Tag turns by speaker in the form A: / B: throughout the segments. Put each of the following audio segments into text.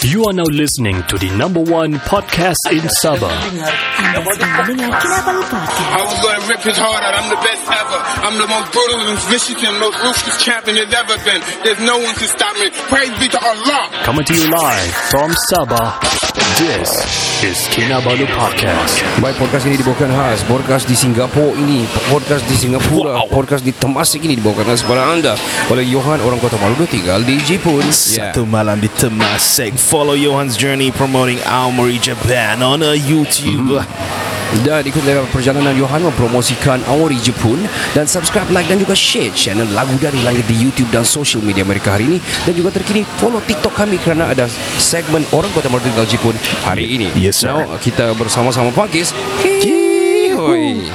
A: You are now listening to the number one podcast in Sabah.
B: Anda sedang mendengar Kinabalu Podcast.
C: I was gonna rip his heart out. I'm the best ever. I'm the most brutal and vicious and most ruthless champion there's ever been. There's no one can stop me. Praise be to Allah.
A: Coming to you live from Sabah. This is Kinabalu Podcast.
D: Baik, podcast ini dibawakan khas Podcast di Singapura ini Podcast di
A: Wow.
D: Singapura Podcast di Temasek ini Dibawakan khas kepada anda Oleh Johan Orang Kota Maluku Tinggal di Jepun Ya.
E: Satu malam di Temasek Follow Johan's journey promoting Aomori Japan on a YouTube
D: Mm-hmm. Dan ikut dalam perjalanan Johan Mempromosikan Awari Jepun Dan subscribe, like dan juga share Channel lagu dari langit di YouTube Dan social media mereka hari ini Dan juga terkini follow TikTok kami Kerana ada segmen Orang Kota Maluku Tinggal Jepun Hari ini
E: Yes, sir.
D: Now, kita bersama-sama pakis Hoi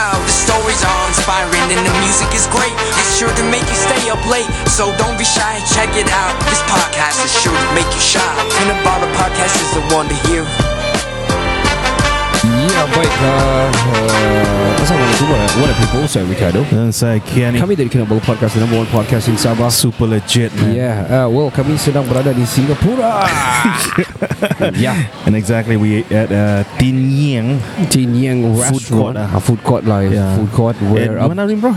F: The stories are inspiring and the music is great. It's sure to make you stay up late. So don't be shy, check it out. This podcast is sure to make you shy. And the Bottle Podcast is the one to hear.
D: Ya baik uh, uh, Assalamualaikum warahmatullahi wabarakatuh Saya Ricardo
E: Dan saya Kiani
D: Kami dari Kinabalu Podcast The number one podcast in Sabah
E: Super legit man
D: Ya yeah, uh, Well kami sedang berada di Singapura Ya yeah,
E: And exactly we at uh, Tin Yang
D: Tin Yang
E: Food
D: Restaurant
E: court lah.
D: Ah, Food court lah yeah. Food court Where
E: At
D: up
E: mana ni bro?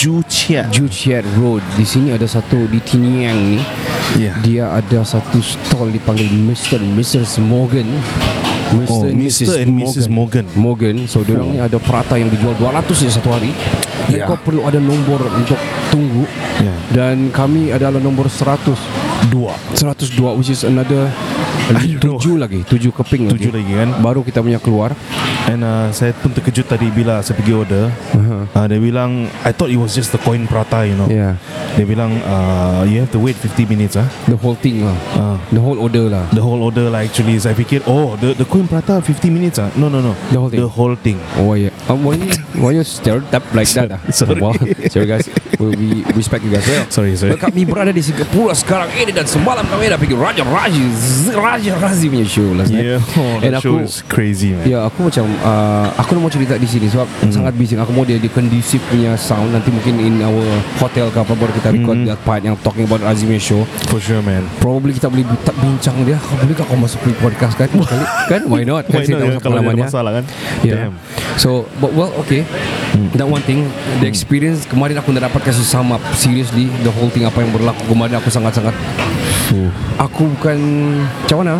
E: Ju Chia
D: Joo Chiat Road Di sini ada satu Di Tin Yang ni
E: Ya.
D: Dia ada satu stall Dipanggil Mr. and Mrs. Morgan
E: Oh,
D: and
E: Mr. and Mrs. Morgan. Oh.
D: Morgan So diorang ni ada perata yang dijual 200 je satu hari Dan
E: Ya.
D: kau perlu ada nombor Untuk tunggu
E: Ya.
D: Dan kami adalah nombor 100
E: Dua
D: 102 which is another
E: Aduh.
D: Tujuh lagi Tujuh keping
E: Tujuh lagi kan?
D: Baru kita punya keluar
E: And uh, saya pun terkejut tadi Bila saya pergi order uh-huh. uh, Dia bilang I thought it was just the coin prata you know
D: Yeah
E: Dia bilang uh, You have to wait 50 minutes ah.
D: The whole thing lah
E: Ah.
D: The whole order lah
E: The whole order lah actually Saya fikir Oh the, the coin prata 50 minutes ah. No no no
D: The whole thing.
E: The whole thing
D: Oh yeah. Um, why you why you stirred up like that? ah?
E: Sorry.
D: Wow. sorry guys. We, we respect you guys well.
E: Sorry, sorry.
D: Well, kami berada di Singapura sekarang ini dan semalam kami dah pergi Raja Raji Z- Raja Raji punya show last night.
E: Yeah oh,
D: And
E: That show
D: aku
E: is crazy man
D: Ya aku macam uh, Aku nak mau cerita di sini Sebab
E: Hmm.
D: mm. sangat bising Aku mau dia di conducive punya sound Nanti mungkin in our hotel ke apa Baru
E: Hmm.
D: kita record mm. that part Yang talking about Azimia show
E: For sure man
D: Probably kita boleh tak bincang dia Kau boleh tak kau masuk ke podcast kan Kali, Kan why not Kan
E: Why
D: saya
E: not,
D: tahu
E: ya,
D: siapa
E: Kalau
D: nama
E: ada
D: dia.
E: masalah kan
D: Yeah. Ya. So, but well, okay. That one thing, the experience kemarin aku nak dapat kasih sama seriously the whole thing apa yang berlaku kemarin aku sangat-sangat aku bukan macam mana?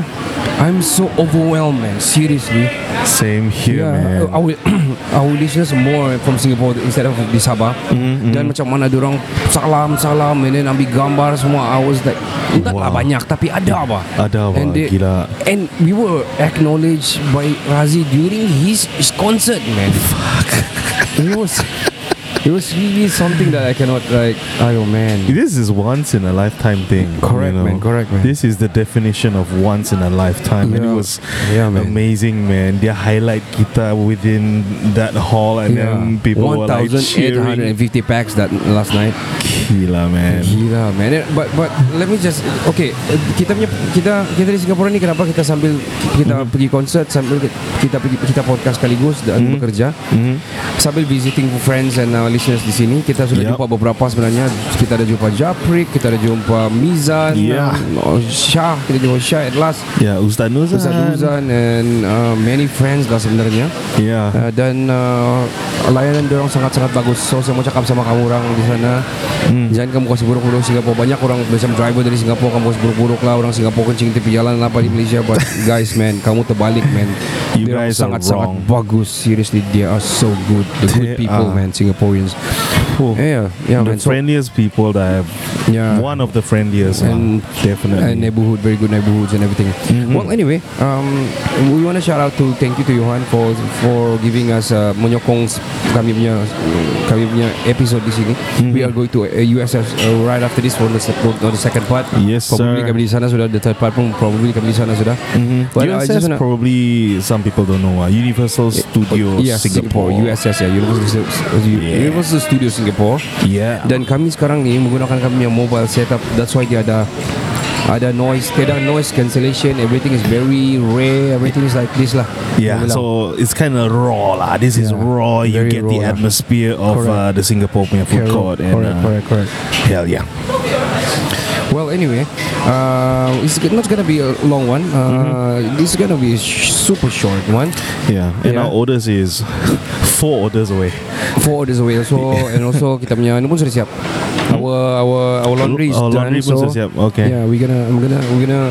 D: I'm so overwhelmed, man. Seriously.
E: Same here
D: Yeah,
E: man
D: Ya, uh, our, our listeners more from Singapore instead of di Sabah.
E: Mm-hmm.
D: Dan macam mana orang salam salam, and then ambil gambar semua. I was like, entahlah
E: Wow.
D: banyak tapi ada apa?
E: Ada apa,
D: And they-
E: gila.
D: And we were acknowledged by Razi during his, his concert, man. Fuck. It was. It was really something that I cannot like. Oh man.
E: This is once in a lifetime thing.
D: Correct, man, correct, man.
E: This is the definition of once in a lifetime, and it
D: Yeah.
E: was
D: Yeah, man.
E: amazing, man. They highlight kita within that hall, and then people were like cheering.
D: 1,850 packs that last night.
E: Gila, man.
D: Gila man Eh, But but let me just Okay eh, Kita punya Kita kita di Singapura ni Kenapa kita sambil
E: Hmm.
D: Kita pergi konsert Sambil ki- kita pergi Kita podcast sekaligus Dan
E: Hmm.
D: bekerja Sambil visiting friends And our listeners di sini Kita sudah
E: Yup.
D: jumpa beberapa sebenarnya Kita ada jumpa Japrik Kita ada jumpa Mizan
E: Yeah.
D: um, Syah Kita jumpa Syah at last
E: Yeah, Ustaz Nuzan.
D: Ustaz Nuzan And uh, many friends lah sebenarnya
E: Yeah.
D: Uh, dan uh, layanan dia orang sangat-sangat bagus. So saya mau cakap sama kamu orang di sana,
E: Hmm.
D: jangan kamu kasih buruk-buruk Singapura. Banyak orang macam driver dari Singapura kamu kasih buruk-buruk lah orang Singapura kencing tepi jalan apa di Malaysia. But guys man, kamu terbalik man.
E: You
D: Dia orang
E: guys are
D: sangat-sangat
E: wrong.
D: bagus. Seriously, they are so good. The good
E: They
D: people
E: are.
D: man, Singaporeans. Eh,
E: people.
D: Yeah, yeah, man.
E: the
D: So-
E: friendliest people that I have.
D: Yeah.
E: One of the friendliest.
D: and
E: And definitely. Mm-hmm.
D: and uh, neighborhood, very good neighborhoods and everything. Well, anyway, um, we want to shout out to thank you to Johan for for giving us uh, menyokong s- kami punya kami punya episode di sini.
E: Mm-hmm.
D: We are going to uh, USS uh, right after this for the se- for the second part.
E: Yes,
D: probably
E: sir.
D: kami di sana sudah the third part pun probably kami di sana sudah.
E: Mm-hmm.
D: But uh, I just
E: USS
D: wanna- Oh,
E: probably some people don't know. Uh, Universal Studios
D: yeah,
E: Singapore.
D: USS ya Universal,
E: Yeah.
D: Universal Studio Singapore
E: Yeah.
D: dan kami sekarang ni menggunakan kami yang mobile setup that's why dia ada ada noise tiada noise cancellation everything is very rare everything is like this lah
E: yeah,
D: Dia bilang.
E: so it's kind of raw lah. This is
D: Yeah,
E: raw. You
D: very
E: get the
D: raw lah.
E: atmosphere of
D: Correct.
E: uh, the Singapore punya food
D: Correct,
E: court. And,
D: correct,
E: uh,
D: correct, correct.
E: Hell yeah.
D: Well, anyway, uh, it's not gonna be a long one. Uh,
E: Mm-hmm.
D: This is gonna be a sh- super short one.
E: Yeah. And
D: Yeah.
E: our orders is four orders away.
D: Four orders away also, and also kita punya ini pun sudah siap. Our our our laundry is
E: Hmm? Our
D: done.
E: laundry pun
D: so
E: sudah siap, okay.
D: Yeah, we gonna I'm gonna we gonna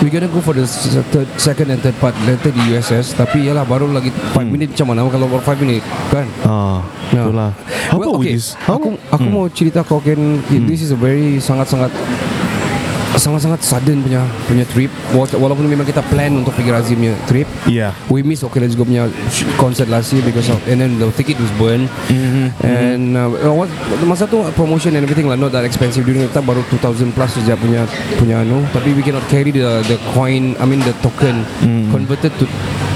D: we gonna go for the s- third, second and third part later di USS. Tapi yalah baru lagi 5
E: Hmm.
D: minit macam mana kalau baru 5 minit kan?
E: Ah,
D: Yeah.
E: itulah. How Hmm.
D: well,
E: about
D: okay.
E: we just
D: Aku aku mau cerita kau Ken This is a very sangat-sangat sangat-sangat sudden punya punya trip Wa- walaupun memang kita plan untuk pergi Razim punya trip
E: Yeah.
D: we miss okay let's go punya sh- concert last year because of and then the ticket was burned
E: Mm-hmm.
D: and uh, what, masa tu promotion and everything lah not that expensive during that time baru 2000 plus saja punya punya anu tapi we cannot carry the the coin I mean the token
E: Mm.
D: converted to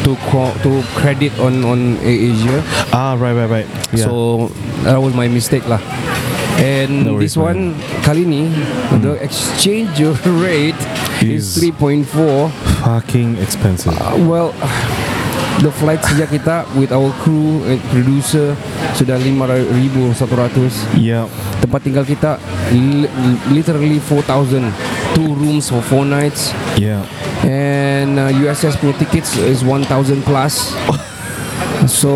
D: to co- to credit on on Asia
E: Ah, right, right, right. Yeah.
D: So that was my mistake lah. And
E: No
D: this
E: worries, man.
D: one kali ni the exchange rate is
E: Is-
D: 3.4.
E: fucking expensive.
D: Uh, well the flight sejak kita with our crew and producer sudah 5100.
E: yeah.
D: Tempat tinggal kita li- literally 4000. Two rooms for four nights
E: Yeah.
D: and uh, USS punya tickets is 1000 plus. So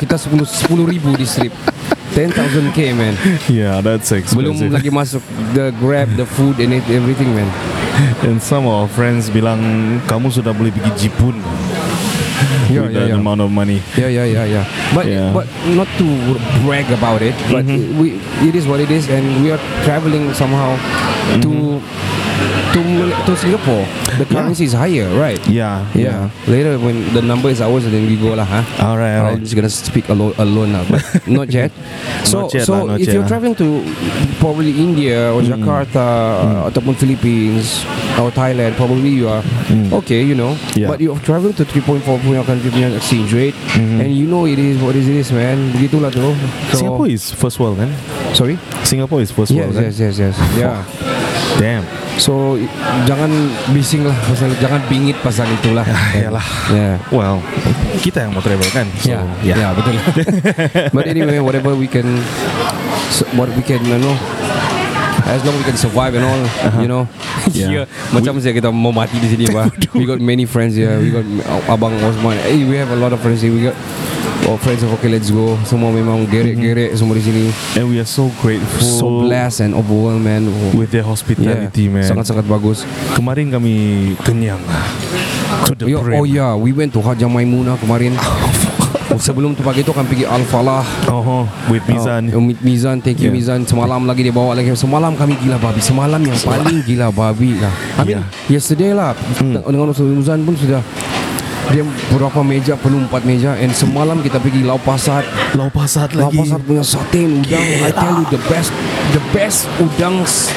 D: kita 10 10000 di strip. 10000k man.
E: Yeah, that's
D: Belum
E: expensive.
D: lagi masuk the grab, the food and it, everything man.
E: And some of our friends bilang kamu sudah boleh pergi Jepun
D: Yeah,
E: with
D: yeah,
E: that
D: yeah.
E: amount of money.
D: Yeah, yeah, yeah, yeah. But
E: Yeah.
D: but not to brag about it, but we it is what it is and we are traveling somehow to to Mal- to Singapore. The currency is higher, right?
E: Yeah.
D: Yeah. Later when the number is ours then we go lah, huh?
E: Alright,
D: I'm
E: alright.
D: just gonna speak alone, alone now, but not yet. So,
E: Not yet
D: so
E: lah, not
D: if
E: yet
D: you're
E: lah. Hmm.
D: traveling to probably India or Jakarta uh, ataupun Philippines or Thailand, probably you are okay, you know.
E: Hmm. Yeah.
D: But you're traveling to 3.4 punya country punya exchange rate,
E: Hmm.
D: and you know it is what it is, man. Begitulah tu. So,
E: Singapore is first world, kan?
D: sorry.
E: Singapore is first
D: Yes,
E: world, kan?
D: yes, yes, yes. Yeah.
E: Damn.
D: So i- jangan bising lah pasal jangan bingit pasal itulah.
E: Yalah.
D: Yeah.
E: Well, kita yang mau travel, kan? So,
D: yeah, yeah, betul. But anyway, whatever we can, so- what we can, you know, as long we can survive and all, you know. Here,
E: Yeah.
D: macam saya kita mau mati di sini, bah. we got many friends here. We got abang Osman. Hey, we have a lot of friends here. We got our friends of okay, let's go. Semua memang gerek-gerek semua di sini.
E: And we are so grateful
D: So blessed and overwhelmed, man. Oh,
E: with their hospitality, man.
D: Sangat-sangat bagus.
E: Kemarin kami kenyang. To the
D: Yo,
E: brim.
D: oh yeah, we went to Hajjah Maimunah kemarin. Sebelum tu pagi tu kan pergi Al-Falah
E: Uh-huh. With Mizan.
D: Oh, Mi- Mizan, thank you
E: Yeah.
D: Mizan. Semalam lagi dia bawa lagi. Semalam kami gila babi. Semalam yang paling gila babi lah. I mean, yesterday lah.
E: Hmm.
D: Dengan Ustaz Mizan pun sudah dia berapa meja perlu empat meja and semalam kita pergi Lau Pasar
E: Lau pasat
D: Lau
E: lagi.
D: Pasar punya sate udang I tell you the best the best udang s-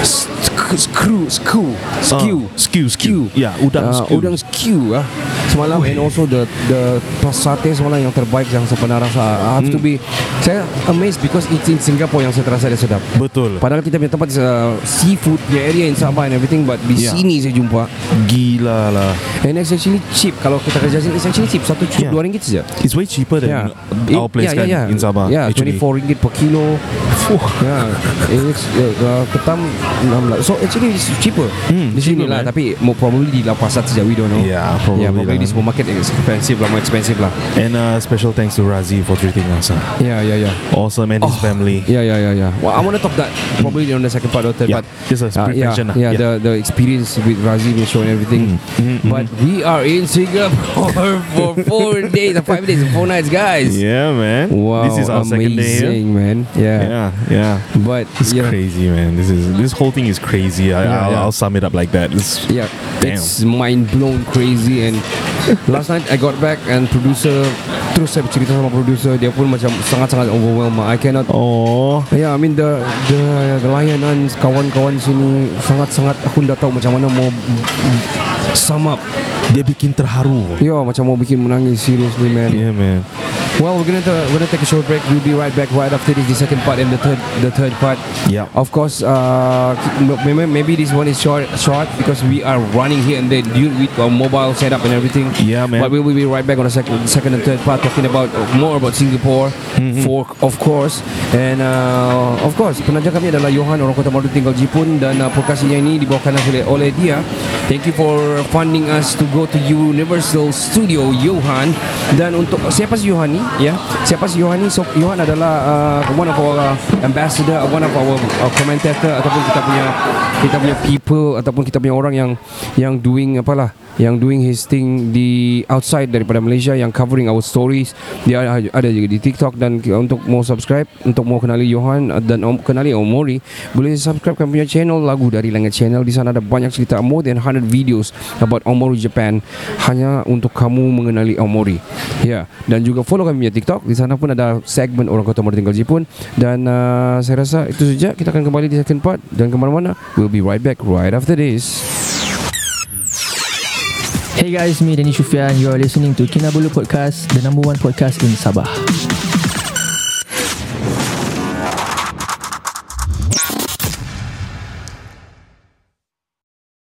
D: s- screw skew skew
E: Ah, skew, skew. Yeah, udang
D: Ah,
E: skew.
D: udang skew ah semalam and also the the pas sate semalam yang terbaik yang saya pernah rasa ah. I have
E: Hmm.
D: to be saya amazed because it's in Singapore yang saya terasa dia sedap
E: Betul.
D: padahal kita punya tempat is, uh, seafood the area in Sabah and everything but di
E: Yeah.
D: sini saya jumpa
E: Gila lah.
D: and it's actually cheap kalau kita kerja sini it's actually cheap satu cuci
E: Yeah.
D: dua ringgit saja
E: It's way cheaper than our place kan in Sabah.
D: Yeah,
E: actually.
D: twenty four ringgit per kilo. yeah, it's uh, uh, ketam RM16 So actually it's cheaper Di sini lah Tapi mo- probably di lah pasar sejauh we don't know
E: Hmm, Yeah, probably
D: yeah, probably
E: lah.
D: di supermarket is expensive lah More expensive lah
E: And uh, special thanks to Razi for treating us. Uh.
D: Yeah yeah yeah
E: Awesome and his
D: Oh.
E: family.
D: Yeah, yeah, yeah, yeah. Well, I want to talk that probably on the second part or third
E: Hmm. Yeah,
D: part.
E: just as
D: Uh, yeah,
E: prevention lah.
D: yeah,
E: Yeah. Hmm,
D: The, the experience with Razi being shown everything. But we are in Singapore for four days, or five days, and four nights, guys.
E: Yeah, man.
D: Wow,
E: This is our second
D: amazing,
E: day here.
D: man. Yeah,
E: Yeah, yeah.
D: but
E: It's
D: yeah,
E: crazy, man. This is this whole thing is crazy.
D: Yeah,
E: I, I'll,
D: yeah.
E: I'll sum it up like that. It's,
D: Yeah,
E: Damn.
D: it's mind blown crazy and last night I got back and producer terus saya bercerita sama producer dia pun macam sangat-sangat overwhelmed. I cannot
E: Oh,
D: Ya, yeah, I mean the the, the layanan kawan-kawan sini sangat-sangat aku tidak tahu macam mana mau mm, sum up.
E: dia bikin terharu.
D: Yo, macam mau bikin menangis seriously man.
E: Yeah, man.
D: Well, we're gonna ta- we're gonna take a short break. We'll be right back right after this, the second part and the third the third part.
E: Yeah.
D: Of course, uh, maybe, maybe this one is short short because we are running here and there due with our mobile setup and everything.
E: Yeah, man.
D: But we will be right back on the second second and third part talking about uh, more about Singapore,
E: Mm-hmm.
D: for of course, and uh, of course penaja kami adalah Johan orang Kota Maru tinggal Jipun dan uh, podcast ini dibawakan oleh oleh dia. Thank you for funding us to go to Universal Studio Johan dan untuk siapa si Johan ni ya yeah? siapa si Johan ni so Johan adalah uh, one of our uh, ambassador one of our uh, commentator ataupun kita punya kita punya people ataupun kita punya orang yang yang doing apalah yang doing his thing di outside daripada Malaysia yang covering our stories dia ada- ada juga di TikTok dan ki- untuk mau subscribe untuk mau kenali Johan uh, dan om, kenali Omori boleh subscribe kami punya channel lagu dari Langit Channel di sana ada banyak cerita more than 100 videos about Omori Japan hanya untuk kamu mengenali Omori ya yeah. dan juga follow kami punya TikTok di sana pun ada segmen orang kota Omori tinggal Jepun dan uh, saya rasa itu saja kita akan kembali di second part dan kemana-mana we'll be right back right after this
G: Hey guys, me Danny Shufian. You are listening to Kinabalu Podcast, the number one podcast in Sabah.